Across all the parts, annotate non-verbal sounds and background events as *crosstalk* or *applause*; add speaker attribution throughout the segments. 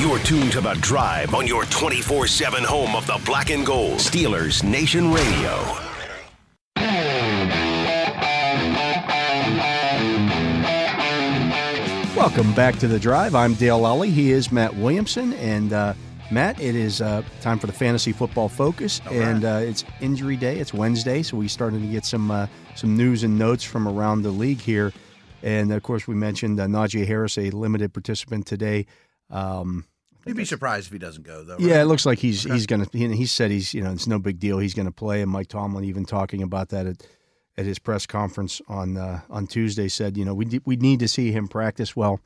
Speaker 1: You're tuned to The Drive on your 24 7 home of the black and gold. Steelers Nation Radio.
Speaker 2: Welcome back to the drive. I'm Dale Lally. He is Matt Williamson, and uh, Matt, it is uh, time for the fantasy football focus, and uh, it's injury day. It's Wednesday, so we started to get some uh, some news and notes from around the league here, and of course we mentioned uh, Najee Harris, a limited participant today. Um,
Speaker 3: You'd be surprised if he doesn't go though.
Speaker 2: yeah, it looks like he's he's gonna. He, he said he's you know it's no big deal. He's gonna play, and Mike Tomlin even talking about that at at his press conference on uh, on Tuesday said you know we d- we need to see him practice. Well,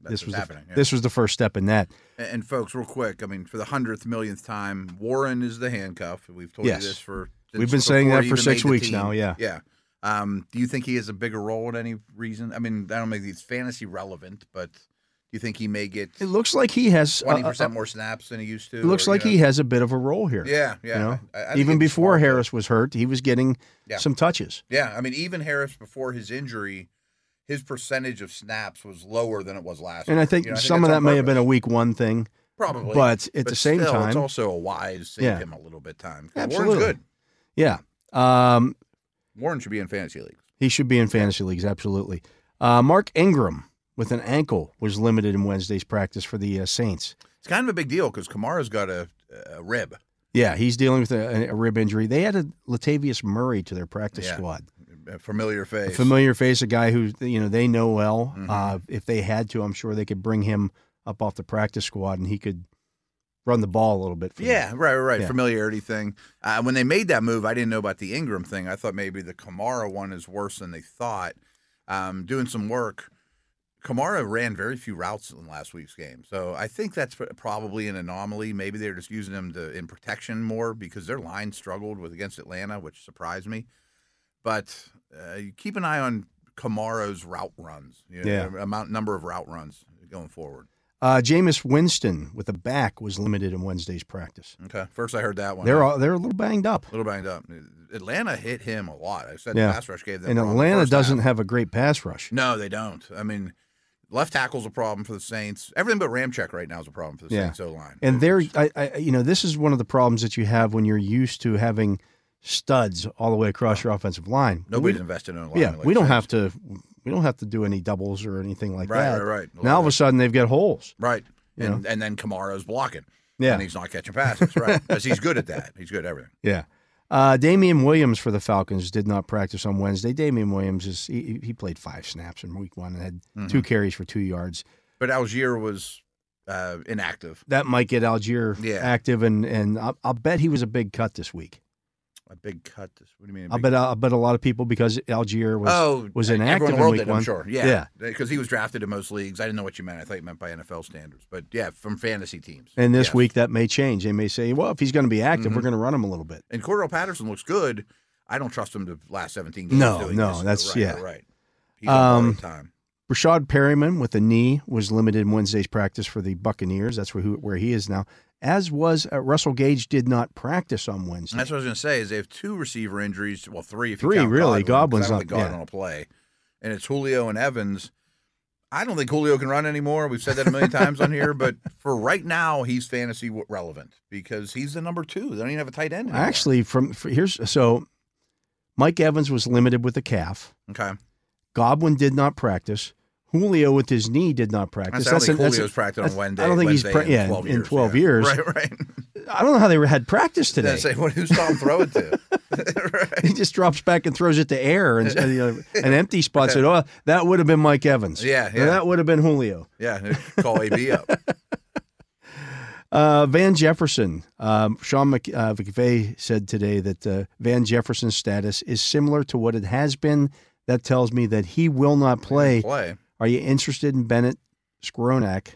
Speaker 2: this
Speaker 3: what's
Speaker 2: was the,
Speaker 3: happening, yeah.
Speaker 2: this was the first step in that.
Speaker 3: And, and folks, real quick, I mean, for the hundredth millionth time, Warren is the handcuff. We've told
Speaker 2: Yes.
Speaker 3: you this for
Speaker 2: We've
Speaker 3: since
Speaker 2: been saying
Speaker 3: before
Speaker 2: that
Speaker 3: he
Speaker 2: for
Speaker 3: even
Speaker 2: six
Speaker 3: made the
Speaker 2: weeks
Speaker 3: team.
Speaker 2: now, yeah.
Speaker 3: yeah. Um, do you think he has a bigger role in any reason? I mean, I don't think it's fantasy relevant, but do you think he may get
Speaker 2: It looks like he has a-
Speaker 3: twenty
Speaker 2: a-
Speaker 3: percent more snaps than he used to?
Speaker 2: uh, It looks
Speaker 3: or,
Speaker 2: like
Speaker 3: you
Speaker 2: he
Speaker 3: know?
Speaker 2: has a bit of a role here.
Speaker 3: Yeah, yeah.
Speaker 2: You know,
Speaker 3: I- I think
Speaker 2: even
Speaker 3: it's
Speaker 2: before
Speaker 3: smart.
Speaker 2: Harris was hurt, he was getting
Speaker 3: Yeah.
Speaker 2: some touches.
Speaker 3: Yeah, I mean, even Harris before his injury, his percentage of snaps was lower than it was last.
Speaker 2: And
Speaker 3: year.
Speaker 2: I think
Speaker 3: You know,
Speaker 2: some of
Speaker 3: that's
Speaker 2: that
Speaker 3: on
Speaker 2: may have been
Speaker 3: purpose.
Speaker 2: a week one thing.
Speaker 3: probably,
Speaker 2: but at the same
Speaker 3: still,
Speaker 2: time-
Speaker 3: it's also a wise save
Speaker 2: Yeah.
Speaker 3: him a little bit time. 'Cause
Speaker 2: Absolutely.
Speaker 3: Warren's good.
Speaker 2: Yeah. Um,
Speaker 3: Warren should be in fantasy leagues.
Speaker 2: he should be in fantasy leagues, absolutely. Uh, Mark Ingram with an ankle was limited in Wednesday's practice for the uh, Saints.
Speaker 3: It's kind of a big deal because Kamara's got a, a rib.
Speaker 2: Yeah, he's dealing with a, a rib injury. They added Latavius Murray to their practice
Speaker 3: Yeah.
Speaker 2: squad.
Speaker 3: A familiar
Speaker 2: A
Speaker 3: face. Mm-hmm.
Speaker 2: familiar face, a guy who you know they know well. Uh, if they had to, I'm sure they could bring him up off the practice squad and he could run the ball a little bit. For them.
Speaker 3: Yeah, right, right, right.
Speaker 2: Yeah.
Speaker 3: Familiarity thing. Uh, when they made that move, I didn't know about the Ingram thing. I thought maybe the Kamara one is worse than they thought. Um, doing some work, Kamara ran very few routes in last week's game, so I think that's pr- probably an anomaly. Maybe they're just using him to in protection more because their line struggled with against Atlanta, which surprised me. But uh, you keep an eye on Kamara's route runs. You know,
Speaker 2: Yeah.
Speaker 3: amount number of route runs going forward.
Speaker 2: Uh, Jameis Winston with a back was limited in Wednesday's practice.
Speaker 3: Okay, first I heard that one.
Speaker 2: They're all, they're a little banged up,
Speaker 3: A little banged up. Atlanta hit him a lot. I said
Speaker 2: Yeah.
Speaker 3: the pass rush gave them.
Speaker 2: and
Speaker 3: a problem
Speaker 2: Atlanta
Speaker 3: first half. Mm-hmm.
Speaker 2: doesn't have a great pass rush.
Speaker 3: No, they don't. I mean, left tackle's a problem for the Saints. Everything but Ramchek right now is a problem for the
Speaker 2: Yeah.
Speaker 3: Saints O line.
Speaker 2: And they're I, I, you know this is one of the problems that you have when you're used to having studs all the way across your offensive line.
Speaker 3: nobody's
Speaker 2: We-
Speaker 3: invested in a line.
Speaker 2: yeah,
Speaker 3: like
Speaker 2: we don't
Speaker 3: Saints.
Speaker 2: have to we don't have to do any doubles or anything like
Speaker 3: Right,
Speaker 2: that.
Speaker 3: right, right.
Speaker 2: Now all of a sudden they've got holes.
Speaker 3: right.
Speaker 2: you
Speaker 3: And, and then Kamara's blocking.
Speaker 2: Yeah.
Speaker 3: And he's not catching
Speaker 2: *laughs*
Speaker 3: passes, right? Because he's good at that. He's good at everything.
Speaker 2: Yeah. Uh, Damian Williams for the Falcons did not practice on Wednesday. Damian Williams is he, he played five snaps in week one and had
Speaker 3: Mm-hmm.
Speaker 2: two carries for two yards.
Speaker 3: But Algier was uh, inactive.
Speaker 2: That might get Algier
Speaker 3: Yeah.
Speaker 2: active, and and I'll, I'll bet he was a big cut this week.
Speaker 3: A big cut. This. What do you mean? a
Speaker 2: I'll
Speaker 3: big-
Speaker 2: bet I'll bet a lot of people because Algier was
Speaker 3: oh,
Speaker 2: was
Speaker 3: everyone
Speaker 2: inactive
Speaker 3: in
Speaker 2: in
Speaker 3: the world
Speaker 2: week
Speaker 3: did,
Speaker 2: one.
Speaker 3: I'm sure. Yeah. Because he was drafted in most leagues. I didn't know what you meant. I thought you meant by NFL standards. But yeah, from fantasy teams.
Speaker 2: And this
Speaker 3: Yes. Mm-hmm.
Speaker 2: week that may change. They may say, well, if he's going to be active, we're going to run him a little bit.
Speaker 3: And Cordell Patterson looks good. I don't trust him to last 17 games.
Speaker 2: No,
Speaker 3: do we?
Speaker 2: no,
Speaker 3: Just-
Speaker 2: that's-
Speaker 3: right,
Speaker 2: yeah.
Speaker 3: Right. He's on
Speaker 2: Um,
Speaker 3: borrowed time.
Speaker 2: Rashad Perryman with a knee was limited in Wednesday's practice for the Buccaneers. That's where who, where he is now. As was uh, Russell Gage did not practice on Wednesday.
Speaker 3: And that's what I was going to say is they have two receiver injuries. Well, three if
Speaker 2: Three,
Speaker 3: you count
Speaker 2: really.
Speaker 3: Godwin,
Speaker 2: Godwin's not-
Speaker 3: 'cause I don't think Godwin
Speaker 2: yeah.
Speaker 3: will play. And it's Julio and Evans. I don't think Julio can run anymore. We've said that
Speaker 2: *laughs*
Speaker 3: a million times on here, but for right now, he's fantasy w- relevant because he's the number two. They don't even have a tight end. Anymore.
Speaker 2: Actually, from for, here's so Mike Evans was limited with a calf.
Speaker 3: okay.
Speaker 2: Godwin did not practice. Julio with his knee did not practice.
Speaker 3: I don't think
Speaker 2: an-
Speaker 3: Julio's
Speaker 2: an-
Speaker 3: practiced on
Speaker 2: that's-
Speaker 3: Wednesday.
Speaker 2: I don't think he's
Speaker 3: Wednesday
Speaker 2: pra- yeah, in 12 years.
Speaker 3: Right, right. *laughs*
Speaker 2: I don't know how they were- had practice
Speaker 3: Then
Speaker 2: today.
Speaker 3: say, what? Who's Tom
Speaker 2: *laughs*
Speaker 3: throwing to? right.
Speaker 2: he just drops back and throws it to air and and, you know, an empty spot. Said, "Oh, that would have been Mike Evans.
Speaker 3: Yeah,
Speaker 2: Or
Speaker 3: yeah.
Speaker 2: that would have been Julio."
Speaker 3: Yeah, call AB up.
Speaker 2: Uh, Van Jefferson. Um, Sean Mc, uh, McVay said today that uh, Van Jefferson's status is similar to what it has been. That tells me that he will not play.
Speaker 3: Play.
Speaker 2: Are you interested in Bennett Skronak?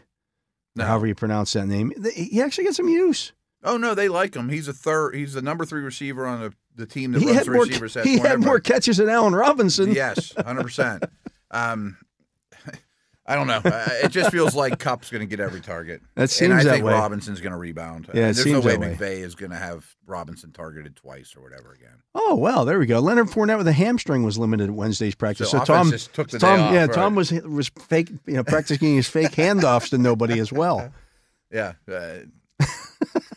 Speaker 3: No.
Speaker 2: However you pronounce that name, Th- he actually got some use.
Speaker 3: Oh no, they like him. He's a third. He's the number three receiver on the, the team that
Speaker 2: He
Speaker 3: runs
Speaker 2: had
Speaker 3: the
Speaker 2: more.
Speaker 3: receivers.
Speaker 2: He had more catches than Allen Robinson.
Speaker 3: Yes, hundred percent. Um, *laughs* I don't know. Uh, It just feels like Cup's going to get every target.
Speaker 2: That
Speaker 3: and
Speaker 2: seems
Speaker 3: I
Speaker 2: that
Speaker 3: think
Speaker 2: way.
Speaker 3: Robinson's going to rebound.
Speaker 2: Yeah, it
Speaker 3: there's
Speaker 2: seems
Speaker 3: no way
Speaker 2: that way.
Speaker 3: McVay is going to have Robinson targeted twice or whatever again.
Speaker 2: Oh well, there we go. Leonard Fournette with a hamstring was limited at Wednesday's practice.
Speaker 3: So
Speaker 2: So,
Speaker 3: offense
Speaker 2: Tom
Speaker 3: just took the
Speaker 2: Tom,
Speaker 3: day off,
Speaker 2: yeah,
Speaker 3: right.
Speaker 2: Tom was was fake, you know, practicing his fake handoffs to nobody as
Speaker 3: *laughs*
Speaker 2: well.
Speaker 3: Yeah. Uh,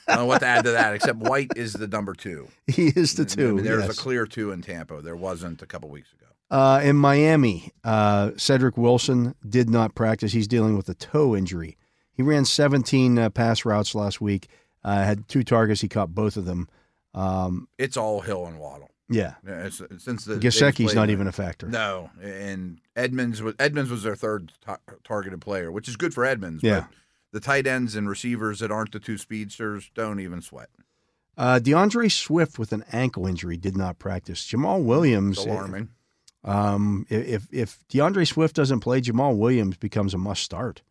Speaker 3: I don't know what to add to that, except White is the number two.
Speaker 2: He is the two.
Speaker 3: There's
Speaker 2: yes.
Speaker 3: a clear two in Tampa. There wasn't a couple weeks ago.
Speaker 2: Uh, in Miami, uh, Cedric Wilson did not practice. He's dealing with a toe injury. He ran 17 uh, pass routes last week. Uh, had two targets. He caught both of them. Um,
Speaker 3: It's all Hill and Waddle.
Speaker 2: yeah,
Speaker 3: Yeah, it's- Since the they just
Speaker 2: Gasecki's
Speaker 3: played
Speaker 2: not
Speaker 3: the-
Speaker 2: even a factor.
Speaker 3: No, and Edmonds was Edmonds was their third ta- targeted player, which is good for Edmonds.
Speaker 2: Yeah.
Speaker 3: But the tight ends and receivers that aren't the two speedsters don't even sweat.
Speaker 2: Uh, DeAndre Swift with an ankle injury did not practice. Jamal Williams.
Speaker 3: It's alarming.
Speaker 2: Um, i- if if DeAndre Swift doesn't play, Jamal Williams becomes a must start.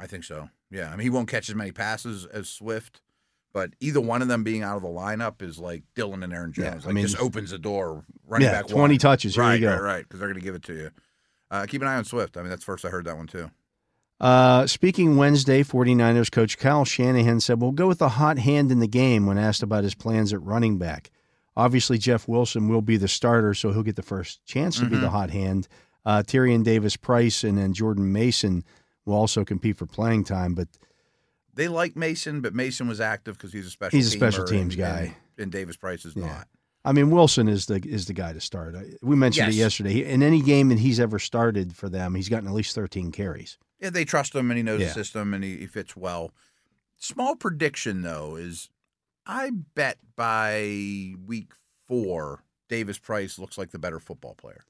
Speaker 3: I think so. Yeah, I mean he won't catch as many passes as Swift, but either one of them being out of the lineup is like Dylan and Aaron
Speaker 2: Yeah,
Speaker 3: Jones.
Speaker 2: I
Speaker 3: like
Speaker 2: mean-
Speaker 3: just opens the door. Running
Speaker 2: Yeah,
Speaker 3: back
Speaker 2: 20
Speaker 3: one.
Speaker 2: touches, here you
Speaker 3: Right,
Speaker 2: go.
Speaker 3: right, right, because they're going to give it to you. Uh, keep an eye on Swift. I mean that's first I heard that one too.
Speaker 2: Uh, speaking Wednesday, 49ers coach Kyle Shanahan said, We'll go with the hot hand in the game when asked about his plans at running back. Obviously, Jeff Wilson will be the starter, so he'll get the first chance to be the hot hand. Uh, Tyrion Davis Price and then Jordan Mason will also compete for playing time, but
Speaker 3: They like Mason, but Mason was active because he's a special
Speaker 2: He's a special
Speaker 3: teamer,
Speaker 2: teams
Speaker 3: and-
Speaker 2: guy.
Speaker 3: and, and Davis Price is not.
Speaker 2: I mean, Wilson is the is the guy to start. I- We mentioned
Speaker 3: Yes.
Speaker 2: it yesterday. He- In any game that he's ever started for them, he's gotten at least 13 carries.
Speaker 3: Yeah, they trust him and he knows
Speaker 2: Yeah.
Speaker 3: the system and he, he fits well. Small prediction though is I bet by week four, Davis Price looks like the better football player.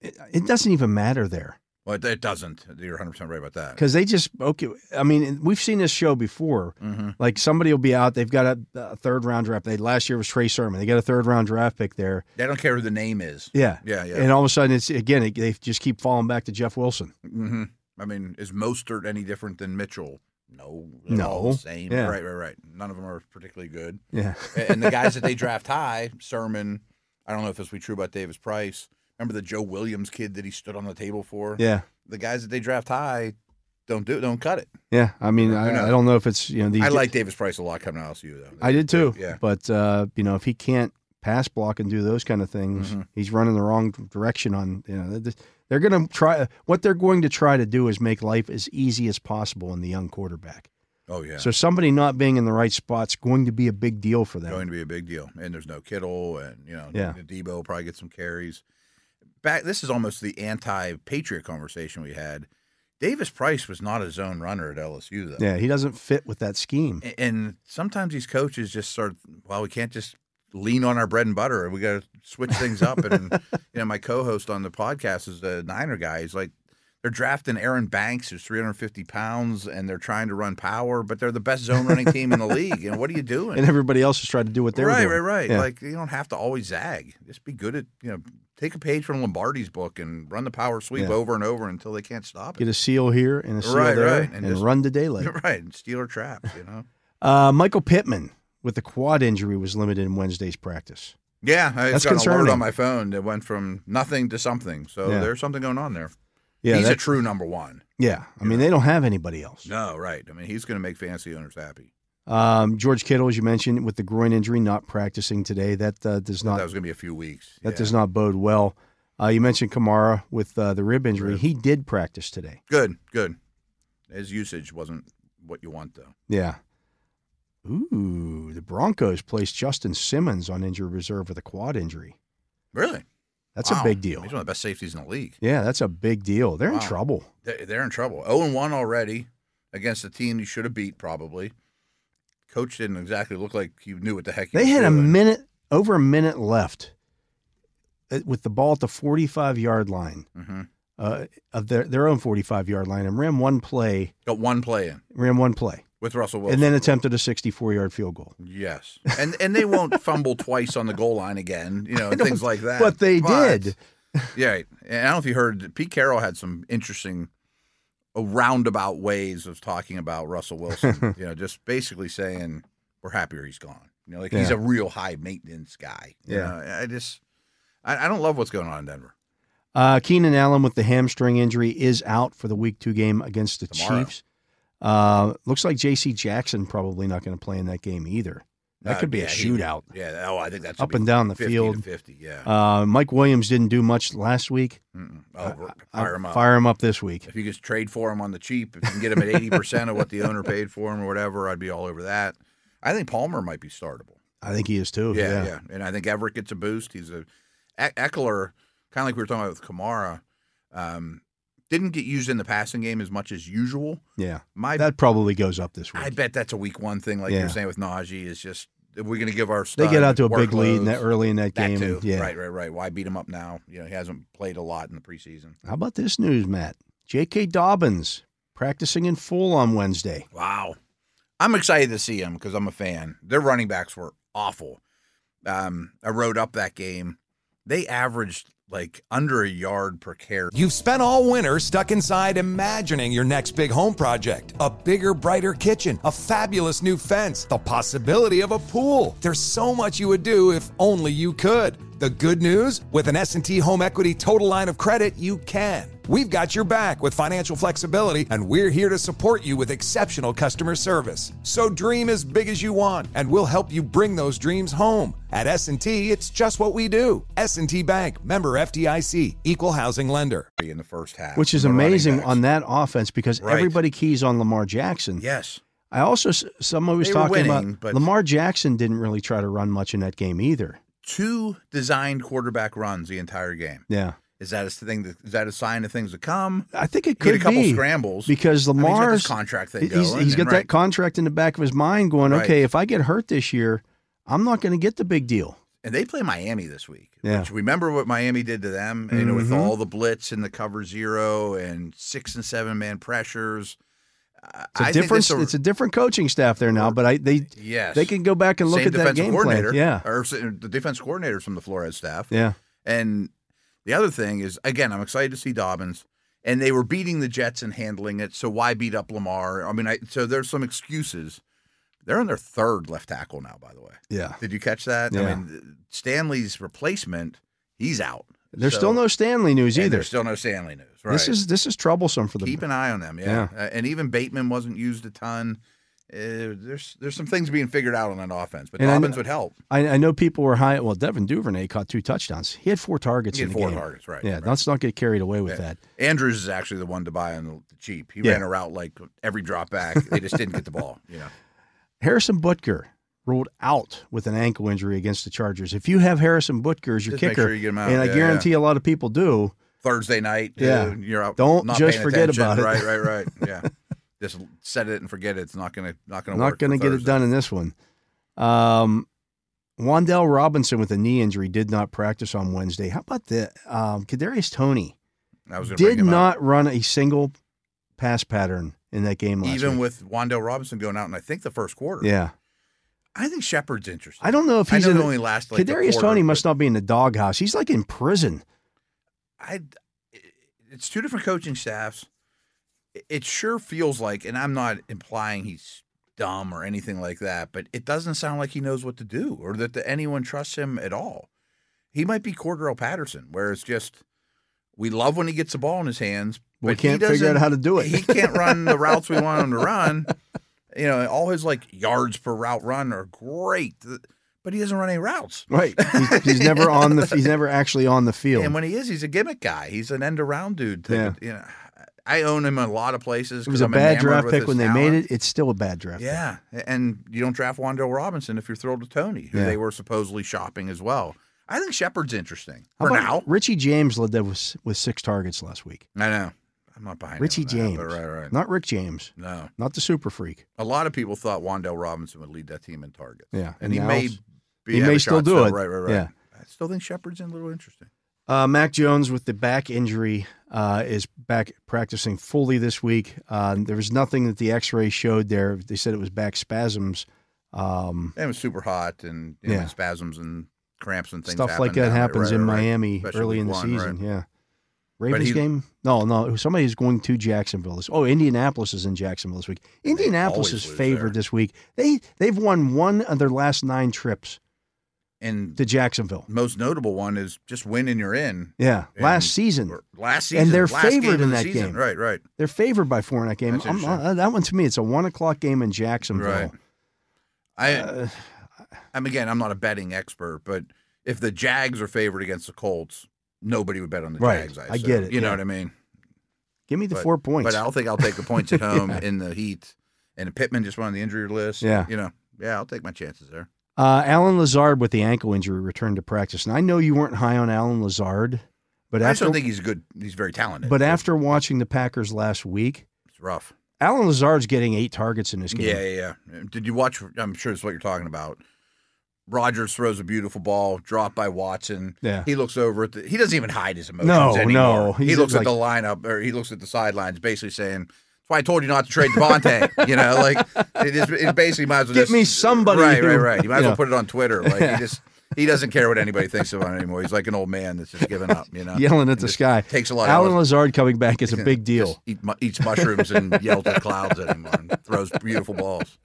Speaker 2: It, it doesn't even matter there.
Speaker 3: Well, it- it doesn't. You're 100 percent right about that.
Speaker 2: because they just okay. I mean, we've seen this show before.
Speaker 3: Mm-hmm.
Speaker 2: Like somebody will be out. They've got a, a third round draft. They last year was Trey Sermon. They got a third round draft pick there.
Speaker 3: They don't care who the name is.
Speaker 2: Yeah,
Speaker 3: Yeah, yeah.
Speaker 2: And all of a sudden, it's again. It, they just keep falling back to Jeff Wilson.
Speaker 3: hmm I mean, is Mostert any different than Mitchell? No, they're
Speaker 2: No.
Speaker 3: all the same.
Speaker 2: Yeah.
Speaker 3: Right, right, right. None of them are particularly good.
Speaker 2: Yeah, *laughs*
Speaker 3: A- and the guys that they draft high, Sermon. I don't know if this will be true about Davis Price. Remember the Joe Williams kid that he stood on the table for?
Speaker 2: yeah,
Speaker 3: the guys that they draft high don't do don't cut it.
Speaker 2: yeah. I mean,
Speaker 3: Who knows?
Speaker 2: I, I don't know if it's you know. These,
Speaker 3: I like Davis Price a lot coming out of LSU though.
Speaker 2: I did too.
Speaker 3: Yeah.
Speaker 2: But uh, you know, if he can't pass block and do those kind of things,
Speaker 3: Mm-hmm.
Speaker 2: he's running the wrong direction. On you know, th- they're going to try. What they're going to try to do is make life as easy as possible in the young quarterback.
Speaker 3: Oh yeah,
Speaker 2: So somebody not being in the right spot's going to be a big deal for them.
Speaker 3: going to be a big deal. And there's no Kittle, and you know,
Speaker 2: Yeah.
Speaker 3: Debo will probably get some carries. Back this is almost the anti-Patriot conversation we had. Davis Price was not a zone runner at LSU though.
Speaker 2: yeah, he doesn't fit with that scheme.
Speaker 3: A- And sometimes these coaches just start. Well, we can't just lean on our bread and butter. We got to switch things up. And you know, my co-host on the podcast is a Niner guy. He's like, they're drafting Aaron Banks, who's 350 pounds, and they're trying to run power, but they're the best zone running team in the league. And what are you doing?
Speaker 2: And everybody else is trying to do what they're
Speaker 3: right,
Speaker 2: doing.
Speaker 3: right, right.
Speaker 2: Yeah.
Speaker 3: Like you don't have to always zag. Just be good at you know, take a page from Lombardi's book and run the power sweep
Speaker 2: Yeah.
Speaker 3: over and over until they can't stop
Speaker 2: get
Speaker 3: it.
Speaker 2: a seal here and a seal
Speaker 3: Right,
Speaker 2: there
Speaker 3: right,
Speaker 2: and,
Speaker 3: and just-
Speaker 2: run the
Speaker 3: *laughs*
Speaker 2: daylight.
Speaker 3: right, and stealer traps. You know.
Speaker 2: Uh, Michael Pittman with the quad injury was limited in Wednesday's practice.
Speaker 3: Yeah, I
Speaker 2: That's
Speaker 3: just got an alert
Speaker 2: concerning.
Speaker 3: on my phone that went from nothing to something. So
Speaker 2: Yeah.
Speaker 3: there's something going on there.
Speaker 2: Yeah,
Speaker 3: he's a
Speaker 2: that-
Speaker 3: true number one.
Speaker 2: yeah. I mean, they don't have anybody else.
Speaker 3: No, right. I mean, he's going to make fantasy owners happy.
Speaker 2: Um, George Kittle, as you mentioned, with the groin injury, not practicing today. That uh, does not
Speaker 3: that was going to be a few weeks.
Speaker 2: that
Speaker 3: Yeah.
Speaker 2: does not bode well. Uh, you mentioned Kamara with uh, the rib injury. He did practice today.
Speaker 3: good, good. His usage wasn't what you want though.
Speaker 2: Yeah. Ooh, the Broncos placed Justin Simmons on injury reserve with a quad injury.
Speaker 3: Really?
Speaker 2: That's
Speaker 3: Wow.
Speaker 2: a big deal.
Speaker 3: He's one of the best safeties in the league.
Speaker 2: Yeah, that's a big deal. They're in trouble.
Speaker 3: They- They're in trouble. 0 and 1 already against a team you should have beat, probably. Coach didn't exactly look like he knew what the heck he
Speaker 2: They
Speaker 3: was
Speaker 2: had a
Speaker 3: doing.
Speaker 2: minute, over a minute left uh, with the ball at the 45 yard line
Speaker 3: Mhm.
Speaker 2: uh, of their, their own 45 yard line and ran one play,
Speaker 3: Got one play in
Speaker 2: ran one play,
Speaker 3: with Russell Wilson.
Speaker 2: and then attempted a 64 yard field goal.
Speaker 3: Yes, and and
Speaker 2: *laughs*
Speaker 3: they won't fumble twice on the goal line again, you know, and things like that.
Speaker 2: but they did.
Speaker 3: Yeah, right. and I don't know if you heard. Pete Carroll had some interesting uh, roundabout ways of talking about
Speaker 2: *laughs*
Speaker 3: Russell Wilson. you know, just basically saying we're happier he's gone. You know, like he's
Speaker 2: Yeah.
Speaker 3: a real high maintenance guy. You
Speaker 2: Yeah.
Speaker 3: know, I just I, I don't love what's going on in Denver.
Speaker 2: Uh, Keenan Allen with the hamstring injury is out for the week two game against the
Speaker 3: Tomorrow.
Speaker 2: Chiefs. Uh, looks like J.C. Jackson probably not going to play in that game either. That
Speaker 3: Uh,
Speaker 2: could be a
Speaker 3: yeah, he-
Speaker 2: shootout.
Speaker 3: Yeah. Oh, I think that's
Speaker 2: Up and down the
Speaker 3: 50 to
Speaker 2: field.
Speaker 3: Fifty. Yeah.
Speaker 2: Uh, Mike Williams didn't do much last week.
Speaker 3: Mm-mm. oh,
Speaker 2: I- I-
Speaker 3: fire him up.
Speaker 2: Uh, Fire him up this week.
Speaker 3: If you just trade for him on the cheap, if you can get him at eighty percent of what the owner paid for him or whatever, I'd be all over that. I think Palmer might be startable.
Speaker 2: I think he is too.
Speaker 3: yeah, yeah, And I think Everett gets a boost. He's a E- Eckler, kind of like we were talking about with Kamara. Um, didn't get used in the passing game as much as usual.
Speaker 2: Yeah.
Speaker 3: My,
Speaker 2: That probably goes up this week.
Speaker 3: I bet that's a week one thing, like
Speaker 2: Yeah.
Speaker 3: you're saying with Najee, is just if we're going to give our
Speaker 2: they get
Speaker 3: stud
Speaker 2: out to a big lead in
Speaker 3: workloads,
Speaker 2: that early in that
Speaker 3: that
Speaker 2: game.
Speaker 3: too.
Speaker 2: and- yeah.
Speaker 3: Right, right, right. Why beat him up now? You know, he hasn't played a lot in the preseason.
Speaker 2: How about this news, Matt? J.K. Dobbins practicing in full on Wednesday.
Speaker 3: Wow. I'm excited to see him because I'm a fan. Their running backs were awful. Um, I rode up that game. They averaged like under a yard per carry.
Speaker 4: You've spent all winter stuck inside imagining your next big home project. A bigger, brighter kitchen, a fabulous new fence, the possibility of a pool. There's so much you would do if only you could. The good news, with an S&T Home Equity Total Line of Credit, you can. We've got your back with financial flexibility, and we're here to support you with exceptional customer service. So dream as big as you want, and we'll help you bring those dreams home. At S&T, it's just what we do. S&T Bank, member FDIC, equal housing lender.
Speaker 3: in the first half,
Speaker 2: Which is
Speaker 3: from the running
Speaker 2: amazing
Speaker 3: backs.
Speaker 2: on that offense because
Speaker 3: Right.
Speaker 2: everybody keys on Lamar Jackson.
Speaker 3: Yes,
Speaker 2: I also s- someone was
Speaker 3: They were
Speaker 2: talking
Speaker 3: winning,
Speaker 2: about
Speaker 3: but-
Speaker 2: Lamar Jackson didn't really try to run much in that game either.
Speaker 3: two designed quarterback runs the entire game.
Speaker 2: Yeah,
Speaker 3: Is that a thing? That, is that a sign of things to come?
Speaker 2: I think it
Speaker 3: He had
Speaker 2: could
Speaker 3: a couple
Speaker 2: be
Speaker 3: scrambles
Speaker 2: because
Speaker 3: I mean, he's got this
Speaker 2: Lamar's
Speaker 3: contract thing
Speaker 2: he's-
Speaker 3: going
Speaker 2: he's
Speaker 3: and,
Speaker 2: got
Speaker 3: right.
Speaker 2: that contract in the back of his mind, going,
Speaker 3: Right.
Speaker 2: "Okay, if I get hurt this year, I'm not going to get the big deal."
Speaker 3: and they play Miami this week.
Speaker 2: Yeah.
Speaker 3: Which remember what Miami did to them, you know, with
Speaker 2: Mhm.
Speaker 3: all the blitz and the cover zero and six and seven man pressures. I-
Speaker 2: It's a
Speaker 3: I think
Speaker 2: different.
Speaker 3: this will-
Speaker 2: it's a different coaching staff there now, but I they
Speaker 3: yes.
Speaker 2: they can go back and look
Speaker 3: Same
Speaker 2: at that
Speaker 3: defensive
Speaker 2: game
Speaker 3: coordinator,
Speaker 2: plan. Yeah,
Speaker 3: or s- the defense coordinators from the Flores staff.
Speaker 2: yeah,
Speaker 3: And the other thing is, again, I'm excited to see Dobbins. And they were beating the Jets and handling it, so why beat up Lamar? I mean, I, so there's some excuses. They're on their third left tackle now, by the way.
Speaker 2: yeah.
Speaker 3: Did you catch that? I
Speaker 2: Yeah.
Speaker 3: mean, Stanley's replacement, he's out.
Speaker 2: There's
Speaker 3: So-
Speaker 2: still no Stanley news
Speaker 3: and
Speaker 2: either.
Speaker 3: There's still no Stanley news. Right.
Speaker 2: This is this is troublesome for the
Speaker 3: keep an eye on them. Yeah. Uh, and even Bateman wasn't used a ton. Uh, there's there's some things being figured out on that offense, but
Speaker 2: And I
Speaker 3: Dobbins
Speaker 2: kn-
Speaker 3: would help.
Speaker 2: I, I know people were high. Well, Devin Duvernay caught two touchdowns. He had four targets.
Speaker 3: He had
Speaker 2: in the
Speaker 3: four
Speaker 2: game.
Speaker 3: targets, right,
Speaker 2: Yeah,
Speaker 3: right.
Speaker 2: let's not get carried away with that.
Speaker 3: Andrews is actually the one to buy on the cheap. He
Speaker 2: Yeah.
Speaker 3: ran a route like every drop back. They just didn't get the ball. You know.
Speaker 2: Harrison Butker ruled out with an ankle injury against the Chargers. If you have Harrison Butker as your
Speaker 3: Just make
Speaker 2: kicker,
Speaker 3: sure you get him out.
Speaker 2: and I
Speaker 3: Yeah,
Speaker 2: guarantee a lot of people do,
Speaker 3: Thursday night.
Speaker 2: Yeah.
Speaker 3: uh, you're out.
Speaker 2: Don't
Speaker 3: not
Speaker 2: just
Speaker 3: paying
Speaker 2: forget
Speaker 3: attention.
Speaker 2: about it.
Speaker 3: Right, right, right. Yeah. *laughs* just set it and forget it. It's not gonna not gonna
Speaker 2: not
Speaker 3: work for
Speaker 2: going to get it
Speaker 3: Thursday.
Speaker 2: done in this one. Um, Wandell Robinson with a knee injury did not practice on Wednesday. How about the um, Kadarius Tony
Speaker 3: I was gonna bring
Speaker 2: did
Speaker 3: him up.
Speaker 2: not run a single pass pattern in that game last
Speaker 3: even
Speaker 2: week.
Speaker 3: with Wandell Robinson going out in I think the first quarter.
Speaker 2: yeah,
Speaker 3: I think Shepard's interesting.
Speaker 2: I don't know if
Speaker 3: I
Speaker 2: he's
Speaker 3: know
Speaker 2: in
Speaker 3: it
Speaker 2: the-
Speaker 3: only last like the
Speaker 2: Kadarius
Speaker 3: quarter,
Speaker 2: Tony
Speaker 3: but
Speaker 2: must not be in the doghouse. He's like in prison.
Speaker 3: I it's two different coaching staffs. It- It sure feels like, and I'm not implying he's dumb or anything like that, but it doesn't sound like he knows what to do or that the, anyone trusts him at all. He might be Cordero Patterson, where it's just we love when he gets the ball in his hands.
Speaker 2: We
Speaker 3: but he
Speaker 2: can't figure out
Speaker 3: doesn't-
Speaker 2: how to do it.
Speaker 3: He can't
Speaker 2: *laughs*
Speaker 3: run the routes we want him to run. You know, all his like yards per route run are great, but he doesn't run any routes.
Speaker 2: Right. He's, he's never on the. He's never actually on the field.
Speaker 3: And when he is, he's a gimmick guy. He's an end around dude. type
Speaker 2: Yeah.
Speaker 3: of- you know, I own him in a lot of places.
Speaker 2: it was a bad draft pick when they made it. It's still a bad draft. pick.
Speaker 3: Yeah, and you don't draft Wandell Robinson if you're thrilled with Tony, who
Speaker 2: Yeah.
Speaker 3: they were supposedly shopping as well. I think Shepard's interesting
Speaker 2: How
Speaker 3: for
Speaker 2: about
Speaker 3: now.
Speaker 2: Richie James led that with, with six targets last week.
Speaker 3: I know. I'm not behind him
Speaker 2: Richie
Speaker 3: on that,
Speaker 2: James,
Speaker 3: but right, right.
Speaker 2: not Rick James,
Speaker 3: no,
Speaker 2: not the super freak.
Speaker 3: a lot of people thought Wandell Robinson would lead that team in targets.
Speaker 2: Yeah,
Speaker 3: and, he
Speaker 2: now
Speaker 3: may
Speaker 2: it's-
Speaker 3: be.
Speaker 2: he
Speaker 3: have
Speaker 2: may
Speaker 3: a
Speaker 2: still
Speaker 3: shot
Speaker 2: do it.
Speaker 3: Right, right, right.
Speaker 2: Yeah.
Speaker 3: I still think Shepard's a little interesting.
Speaker 2: Uh, Mac Jones with the back injury uh, is back practicing fully this week. Uh, there was nothing that the X-ray showed there. They said it was back spasms, um,
Speaker 3: And it was super hot and you know,
Speaker 2: Yeah.
Speaker 3: spasms and cramps and things.
Speaker 2: stuff like
Speaker 3: happen
Speaker 2: that
Speaker 3: down there,
Speaker 2: happens
Speaker 3: right,
Speaker 2: in
Speaker 3: right, right.
Speaker 2: Miami
Speaker 3: Especially
Speaker 2: early
Speaker 3: week
Speaker 2: in the
Speaker 3: one,
Speaker 2: season.
Speaker 3: right.
Speaker 2: Yeah, Ravens
Speaker 3: he-
Speaker 2: game? No, no. Somebody's going to Jacksonville. This, oh, Indianapolis is in Jacksonville this week. Indianapolis
Speaker 3: always
Speaker 2: is
Speaker 3: lose
Speaker 2: favored
Speaker 3: there.
Speaker 2: this week. They they've won one of their last nine trips
Speaker 3: And
Speaker 2: to Jacksonville.
Speaker 3: most notable one is just winning you're in.
Speaker 2: Yeah,
Speaker 3: And-
Speaker 2: last season
Speaker 3: Or Last season,
Speaker 2: And they're
Speaker 3: last game
Speaker 2: favored
Speaker 3: of
Speaker 2: in
Speaker 3: the
Speaker 2: that
Speaker 3: season.
Speaker 2: game.
Speaker 3: Right, right,
Speaker 2: they're favored by four in that game.
Speaker 3: That's
Speaker 2: I'm,
Speaker 3: interesting.
Speaker 2: uh, that one to me, it's a one o'clock game in Jacksonville.
Speaker 3: right. I,
Speaker 2: Uh,
Speaker 3: I'm again, I'm not a betting expert, but if the Jags are favored against the Colts, nobody would bet on the
Speaker 2: Right.
Speaker 3: Jags. I,
Speaker 2: I
Speaker 3: assume.
Speaker 2: get it,
Speaker 3: You know
Speaker 2: yeah.
Speaker 3: what I mean?
Speaker 2: give me the
Speaker 3: But-
Speaker 2: four points.
Speaker 3: But I don't think I'll take
Speaker 2: *laughs*
Speaker 3: the points at home in the heat. And Pittman just went on the injury list.
Speaker 2: Yeah.
Speaker 3: You know, yeah, I'll take my chances there.
Speaker 2: Uh, Alan Lazard with the ankle injury returned to practice, and I know you weren't high on Alan Lazard, but
Speaker 3: I just
Speaker 2: after
Speaker 3: don't think he's good. He's very talented.
Speaker 2: but after watching the Packers last week,
Speaker 3: it's rough.
Speaker 2: Alan Lazard's getting eight targets in this game.
Speaker 3: Yeah, yeah, yeah. Did you watch? I'm sure it's what you're talking about. Rogers throws a beautiful ball, dropped by Watson.
Speaker 2: Yeah.
Speaker 3: He looks over at the. He doesn't even hide his emotions
Speaker 2: No,
Speaker 3: anymore.
Speaker 2: no.
Speaker 3: He
Speaker 2: He's
Speaker 3: looks
Speaker 2: like-
Speaker 3: at the lineup, or he looks at the sidelines, basically saying, "That's why I told you not to trade
Speaker 2: *laughs*
Speaker 3: Devontae." you know, like it, is, it basically might as well
Speaker 2: Get
Speaker 3: just-
Speaker 2: me somebody
Speaker 3: Right,
Speaker 2: who-
Speaker 3: right, right. You might as
Speaker 2: Yeah.
Speaker 3: well put it on Twitter.
Speaker 2: *laughs*
Speaker 3: Like he just he doesn't care what anybody thinks about him anymore. He's like an old man that's just given up. You
Speaker 2: *laughs*
Speaker 3: know,
Speaker 2: Yelling at the
Speaker 3: Just
Speaker 2: sky.
Speaker 3: takes a lot. of
Speaker 2: Alan
Speaker 3: emotion.
Speaker 2: Lazard coming back is a
Speaker 3: *laughs*
Speaker 2: big
Speaker 3: Just
Speaker 2: deal.
Speaker 3: eat mu- eats mushrooms
Speaker 2: *laughs*
Speaker 3: and yells at clouds anymore and throws beautiful balls.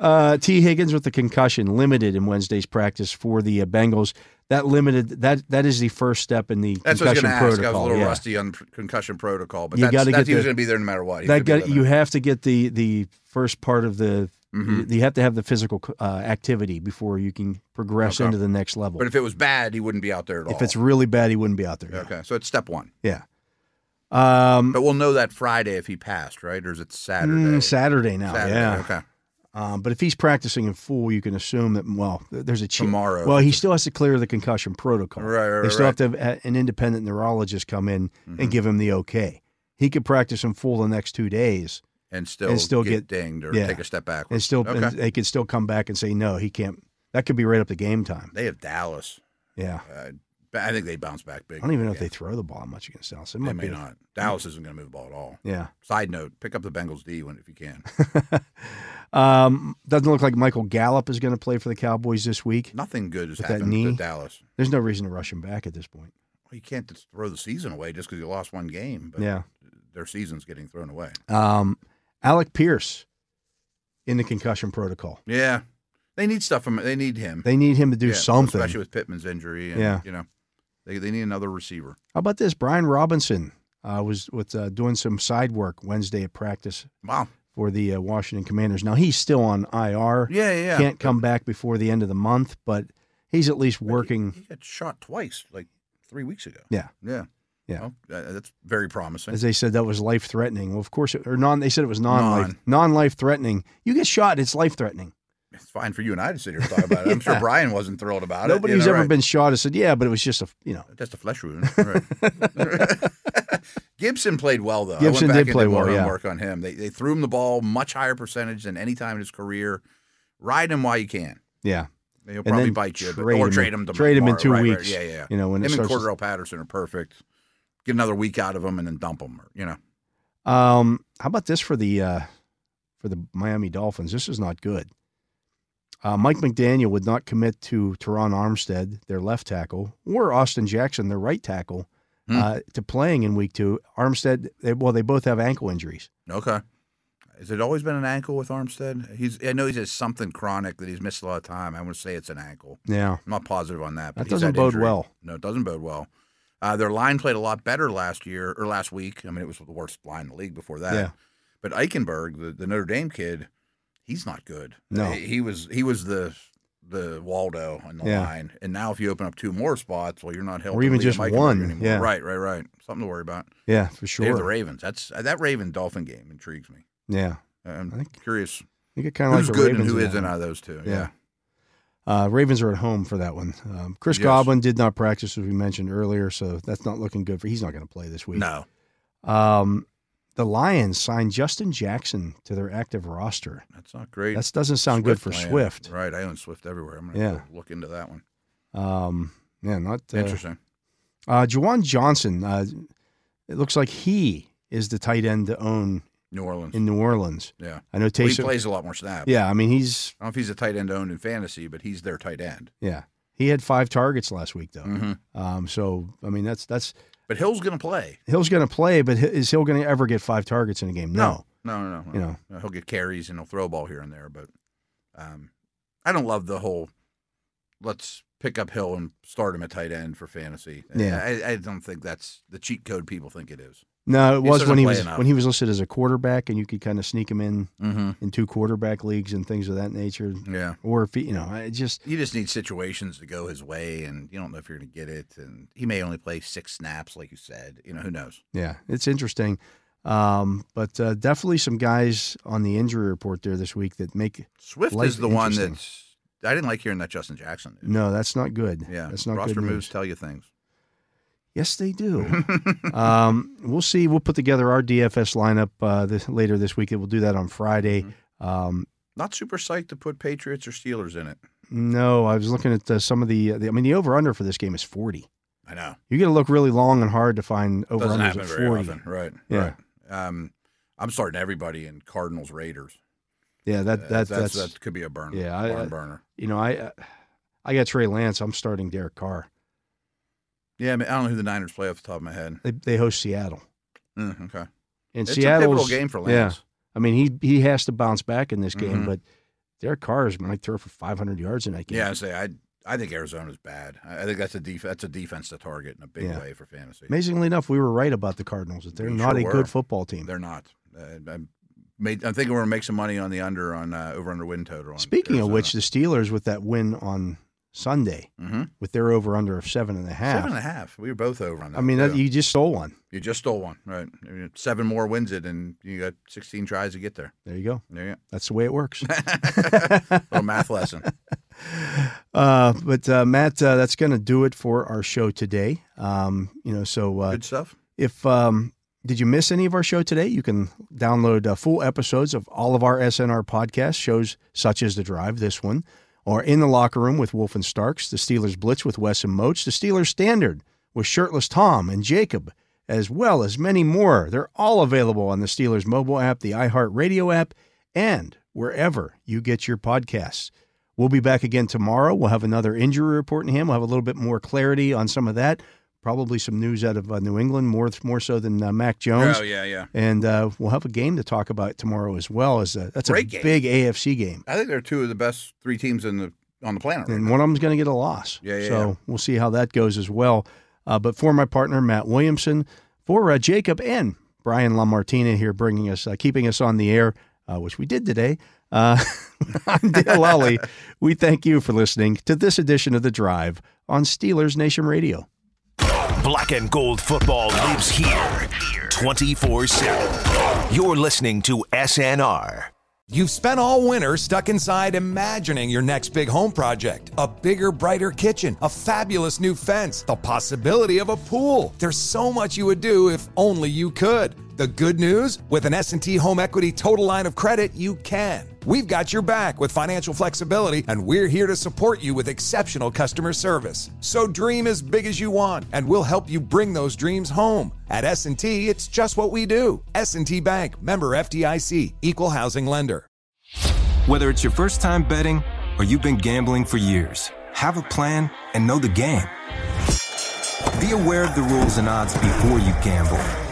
Speaker 2: Uh, T. Higgins with the concussion limited in Wednesday's practice for the uh, Bengals. That limited that that is the first step in the
Speaker 3: That's what I
Speaker 2: concussion
Speaker 3: was going to ask.
Speaker 2: protocol.
Speaker 3: I was a little
Speaker 2: yeah.
Speaker 3: rusty on pr- concussion protocol, but
Speaker 2: You
Speaker 3: that's,
Speaker 2: gotta
Speaker 3: that's,
Speaker 2: get
Speaker 3: he was
Speaker 2: the-
Speaker 3: going to be there no matter what. He
Speaker 2: that
Speaker 3: could be
Speaker 2: got
Speaker 3: limited.
Speaker 2: you have to get the the first part of the
Speaker 3: Mm-hmm.
Speaker 2: you have to have the physical uh, activity before you can progress
Speaker 3: Okay.
Speaker 2: into the next level.
Speaker 3: But if it was bad, he wouldn't be out there at all.
Speaker 2: if it's really bad, he wouldn't be out there.
Speaker 3: okay, so it's step one.
Speaker 2: Yeah. Um,
Speaker 3: But we'll know that Friday if he passed, right? Or is it Saturday?
Speaker 2: mm, Saturday now,
Speaker 3: Saturday,
Speaker 2: yeah.
Speaker 3: Okay.
Speaker 2: Um, but if he's practicing in full, you can assume that well, th- there's a chance.
Speaker 3: Tomorrow.
Speaker 2: Well, he still has to clear the concussion protocol.
Speaker 3: Right, right,
Speaker 2: They still
Speaker 3: right. Mm-hmm.
Speaker 2: have to have a- an independent neurologist come in and give him the okay. He could practice in full the next two days,
Speaker 3: And still,
Speaker 2: And still get-
Speaker 3: get, dinged or
Speaker 2: yeah.
Speaker 3: take a step backwards.
Speaker 2: and still
Speaker 3: okay.
Speaker 2: and they could still come back and say no, he can't. That could be right up to game time.
Speaker 3: they have Dallas.
Speaker 2: Yeah.
Speaker 3: Uh, but I think they bounce back big.
Speaker 2: I don't even know if
Speaker 3: Yeah.
Speaker 2: they throw the ball much against Dallas. It
Speaker 3: They
Speaker 2: might
Speaker 3: may
Speaker 2: be
Speaker 3: not. Dallas isn't going to move the ball at all.
Speaker 2: Yeah.
Speaker 3: Side note: Pick up the Bengals D when if you can.
Speaker 2: Um, doesn't look like Michael Gallup is going to play for the Cowboys this week.
Speaker 3: Nothing good has
Speaker 2: With that
Speaker 3: happened to
Speaker 2: knee?
Speaker 3: Dallas.
Speaker 2: There's no reason to rush him back at this point.
Speaker 3: Well, you can't just throw the season away just because you lost one game. But
Speaker 2: Yeah.
Speaker 3: their season's getting thrown away.
Speaker 2: Um, Alec Pierce in the concussion protocol.
Speaker 3: Yeah, they need stuff from. They need him.
Speaker 2: They need him to do
Speaker 3: Yeah,
Speaker 2: something.
Speaker 3: especially with Pittman's injury. And,
Speaker 2: Yeah.
Speaker 3: you know, they they need another receiver.
Speaker 2: How about this? Brian Robinson uh, was with uh, doing some side work Wednesday at practice
Speaker 3: Wow.
Speaker 2: for the uh, Washington Commanders. Now he's still on IR.
Speaker 3: Yeah, yeah. yeah.
Speaker 2: Can't come back before the end of the month, but he's at least working.
Speaker 3: He got shot twice, like three weeks ago.
Speaker 2: Yeah.
Speaker 3: Yeah.
Speaker 2: Yeah.
Speaker 3: Well, uh, that's very promising.
Speaker 2: as they said that was life threatening. Well, of course, it, or non. They said it was non non life threatening. You get shot, it's life threatening.
Speaker 3: It's fine for you and I to sit here and talk
Speaker 2: *laughs*
Speaker 3: about it. I'm sure
Speaker 2: Yeah.
Speaker 3: Brian wasn't thrilled about it.
Speaker 2: Nobody
Speaker 3: you
Speaker 2: who's
Speaker 3: know,
Speaker 2: ever
Speaker 3: right.
Speaker 2: been shot has said, "Yeah, but it was just a you know."
Speaker 3: That's a flesh wound. Right.
Speaker 2: *laughs*
Speaker 3: Gibson played well though.
Speaker 2: Gibson
Speaker 3: I went back
Speaker 2: did
Speaker 3: and
Speaker 2: play
Speaker 3: did more
Speaker 2: well, yeah.
Speaker 3: Work on him. They they threw him the ball much higher percentage than any time in his career. Ride him while you can.
Speaker 2: Yeah,
Speaker 3: He'll probably
Speaker 2: then
Speaker 3: bite you, but,
Speaker 2: trade
Speaker 3: or
Speaker 2: him
Speaker 3: trade
Speaker 2: in-
Speaker 3: him. to
Speaker 2: trade him in
Speaker 3: tomorrow,
Speaker 2: two
Speaker 3: right, right.
Speaker 2: weeks,
Speaker 3: Yeah, yeah.
Speaker 2: you know, when it
Speaker 3: him and
Speaker 2: starts to-
Speaker 3: Cordell Patterson are perfect. Get another week out of him and then dump him. Or, you know,
Speaker 2: Um, how about this for the uh, for the Miami Dolphins? This is not good. Uh, Mike McDaniel would not commit to Teron Armstead, their left tackle, or Austin Jackson, their right tackle,
Speaker 3: Hmm.
Speaker 2: uh, to playing in week two. Armstead, they, well, they both have ankle injuries.
Speaker 3: okay. Has it always been an ankle with Armstead? He's I know he has something chronic that he's missed a lot of time. I want to say it's an ankle.
Speaker 2: Yeah.
Speaker 3: I'm not positive on that.
Speaker 2: That
Speaker 3: But he's
Speaker 2: doesn't
Speaker 3: had
Speaker 2: bode
Speaker 3: injury.
Speaker 2: well.
Speaker 3: No, it doesn't bode well. Uh, their line played a lot better last year or last week. I mean, it was the worst line in the league before that.
Speaker 2: Yeah.
Speaker 3: But Eichenberg, the, the Notre Dame kid, he's not good.
Speaker 2: No.
Speaker 3: he, he was he was the the Waldo on the
Speaker 2: Yeah.
Speaker 3: line, and now if you open up two more spots, well, you're not helping.
Speaker 2: even
Speaker 3: Liam
Speaker 2: just
Speaker 3: Eichenberg
Speaker 2: one,
Speaker 3: anymore.
Speaker 2: yeah.
Speaker 3: Right, right, right. Something to worry about.
Speaker 2: Yeah, for
Speaker 3: They have the
Speaker 2: sure.
Speaker 3: Ravens. That's uh, that Raven Dolphin game intrigues me.
Speaker 2: Yeah.
Speaker 3: I'm
Speaker 2: I think-
Speaker 3: curious
Speaker 2: You get kind of
Speaker 3: who's
Speaker 2: like the
Speaker 3: good
Speaker 2: Ravens
Speaker 3: and who
Speaker 2: in that
Speaker 3: isn't
Speaker 2: one.
Speaker 3: out of those two.
Speaker 2: Yeah. Uh, Ravens are at home for that one. Um, Chris
Speaker 3: Yes.
Speaker 2: Goblin did not practice, as we mentioned earlier, so that's not looking good for. He's not going to play this week.
Speaker 3: No.
Speaker 2: Um, the Lions signed Justin Jackson to their active roster.
Speaker 3: That's not great.
Speaker 2: That doesn't sound good for
Speaker 3: land.
Speaker 2: Swift.
Speaker 3: Right. I own Swift everywhere. I'm going to
Speaker 2: Yeah.
Speaker 3: look into that one.
Speaker 2: Um, yeah, not uh,
Speaker 3: Interesting.
Speaker 2: Uh, Jawan Johnson. Uh, it looks like he is the tight end to own
Speaker 3: New Orleans.
Speaker 2: in New Orleans.
Speaker 3: yeah.
Speaker 2: I know
Speaker 3: Well, he
Speaker 2: Taysom.
Speaker 3: plays a lot more snaps.
Speaker 2: yeah, I mean he's
Speaker 3: I don't know if he's a tight end owned in fantasy, but he's their tight end.
Speaker 2: yeah he had five targets last week though.
Speaker 3: Mhm.
Speaker 2: Um, so I mean that's that's
Speaker 3: But Hill's going to play.
Speaker 2: Hill's going to play, but hi- is Hill going to ever get five targets in a game? No.
Speaker 3: No, no, no.
Speaker 2: You know.
Speaker 3: No, he'll get carries and he'll throw a ball here and there, but um, I don't love the whole let's pick up Hill and start him at tight end for fantasy.
Speaker 2: Yeah.
Speaker 3: I, I don't think that's the cheat code people think it is.
Speaker 2: No, it
Speaker 3: He
Speaker 2: was
Speaker 3: doesn't
Speaker 2: when he
Speaker 3: play
Speaker 2: was
Speaker 3: enough.
Speaker 2: when he was listed as a quarterback, and you could kind of sneak him in
Speaker 3: Mm-hmm.
Speaker 2: in two quarterback leagues and things of that nature.
Speaker 3: Yeah.
Speaker 2: Or if he, you know, I just
Speaker 3: You just need situations to go his way, and you don't know if you're going to get it. And he may only play six snaps, like you said. You know, who knows?
Speaker 2: yeah, it's interesting. Um, but uh, definitely some guys on the injury report there this week that make
Speaker 3: Swift
Speaker 2: Life-
Speaker 3: is the one
Speaker 2: interesting.
Speaker 3: that's. I didn't like hearing that Justin Jackson. news.
Speaker 2: no, that's not good.
Speaker 3: Yeah,
Speaker 2: that's not
Speaker 3: roster
Speaker 2: good
Speaker 3: moves
Speaker 2: news.
Speaker 3: tell you things.
Speaker 2: Yes, they
Speaker 3: *laughs*
Speaker 2: do. um, we'll see. We'll put together our DFS lineup uh, this, later this week. We'll do that on Friday.
Speaker 3: Mm-hmm.
Speaker 2: Um,
Speaker 3: Not super psyched to put Patriots or Steelers in it.
Speaker 2: no, I was looking at uh, some of the, the. I mean, the over under for this game is forty.
Speaker 3: I know
Speaker 2: You got to look really long and hard to find over
Speaker 3: doesn't
Speaker 2: unders
Speaker 3: happen
Speaker 2: at
Speaker 3: very
Speaker 2: forty.
Speaker 3: often, right?
Speaker 2: Yeah.
Speaker 3: Right. Um, I'm starting everybody in Cardinals Raiders.
Speaker 2: Yeah, that,
Speaker 3: Uh,
Speaker 2: that that's,
Speaker 3: that could be a burner.
Speaker 2: yeah, I-
Speaker 3: barn
Speaker 2: I-
Speaker 3: burner.
Speaker 2: you know I uh, I got Trey Lance. I'm starting Derek Carr.
Speaker 3: Yeah, I, mean, I don't know who the Niners play off the top of my head.
Speaker 2: They, they host Seattle,
Speaker 3: Mm, okay,
Speaker 2: and
Speaker 3: it's a
Speaker 2: Seattle's
Speaker 3: pivotal game for Lance.
Speaker 2: Yeah, I mean he he has to bounce back in this game,
Speaker 3: Mhm.
Speaker 2: but Derek Carr is might throw for 500 yards in that game.
Speaker 3: Yeah, I say I. I think Arizona's bad. I I think that's a def- that's a defense to target in a big
Speaker 2: Yeah.
Speaker 3: way for fantasy.
Speaker 2: Amazingly enough, we were right about the Cardinals that they're
Speaker 3: We
Speaker 2: not
Speaker 3: sure
Speaker 2: a
Speaker 3: were.
Speaker 2: good football team.
Speaker 3: They're not. Uh, I made, I'm thinking we're gonna make some money on the under on uh, over under win total. On
Speaker 2: Speaking of which, the Steelers with that win on Sunday
Speaker 3: mm-hmm.
Speaker 2: with their over under of seven and a half.
Speaker 3: seven and a half, we were both over on that.
Speaker 2: I mean, that,
Speaker 3: too.
Speaker 2: you just stole one.
Speaker 3: You just stole one, right? I mean, Seven more wins it, and you got 16 tries to get there.
Speaker 2: There you go.
Speaker 3: There you
Speaker 2: That's the way it
Speaker 3: *laughs*
Speaker 2: works.
Speaker 3: go. Little
Speaker 2: *laughs*
Speaker 3: math lesson.
Speaker 2: Uh, but uh, Matt, uh, that's going to do it for our show today. Um, you know, so uh,
Speaker 3: Good stuff.
Speaker 2: if um, did you miss any of our show today, you can download uh, full episodes of all of our SNR podcast shows, such as The Drive, this one, or In the Locker Room with Wolf and Starks, The Steelers Blitz with Wes and Moats, The Steelers Standard with Shirtless Tom and Jacob, as well as many more. They're all available on the Steelers mobile app, the iHeartRadio app, and wherever you get your podcasts. We'll be back again tomorrow. We'll have another injury report in him. We'll have a little bit more clarity on some of that. Probably some news out of uh, New England, more more so than uh, Mac Jones.
Speaker 3: Oh yeah, yeah.
Speaker 2: And uh, we'll have a game to talk about tomorrow as well. As a, that's a
Speaker 3: Great game.
Speaker 2: big AFC game,
Speaker 3: I think they're two of the best three teams in the on the planet. Right?
Speaker 2: and one of them's going to get a loss.
Speaker 3: Yeah, yeah,
Speaker 2: So
Speaker 3: yeah.
Speaker 2: we'll see how that goes as well. Uh, but for my partner Matt Williamson, for uh, Jacob and Brian Lamartina here, bringing us, uh, keeping us on the air, uh, which we did today. Uh, *laughs* I'm Dale Lally. We thank you for listening to this edition of the Drive on Steelers Nation Radio.
Speaker 1: Black and gold football lives here 24 7. You're listening to SNR.
Speaker 4: You've spent all winter stuck inside imagining your next big home project. A bigger, brighter kitchen, a fabulous new fence, the possibility of a pool. There's so much you would do if only you could. The good news? With an S&T Home Equity Total Line of Credit, you can. We've got your back with financial flexibility, and we're here to support you with exceptional customer service. So dream as big as you want, and we'll help you bring those dreams home. At S&T, it's just what we do. S&T Bank, member FDIC, equal housing lender.
Speaker 5: Whether it's your first time betting or you've been gambling for years,
Speaker 1: Have a plan and know the game. Be aware of the rules and odds before you gamble.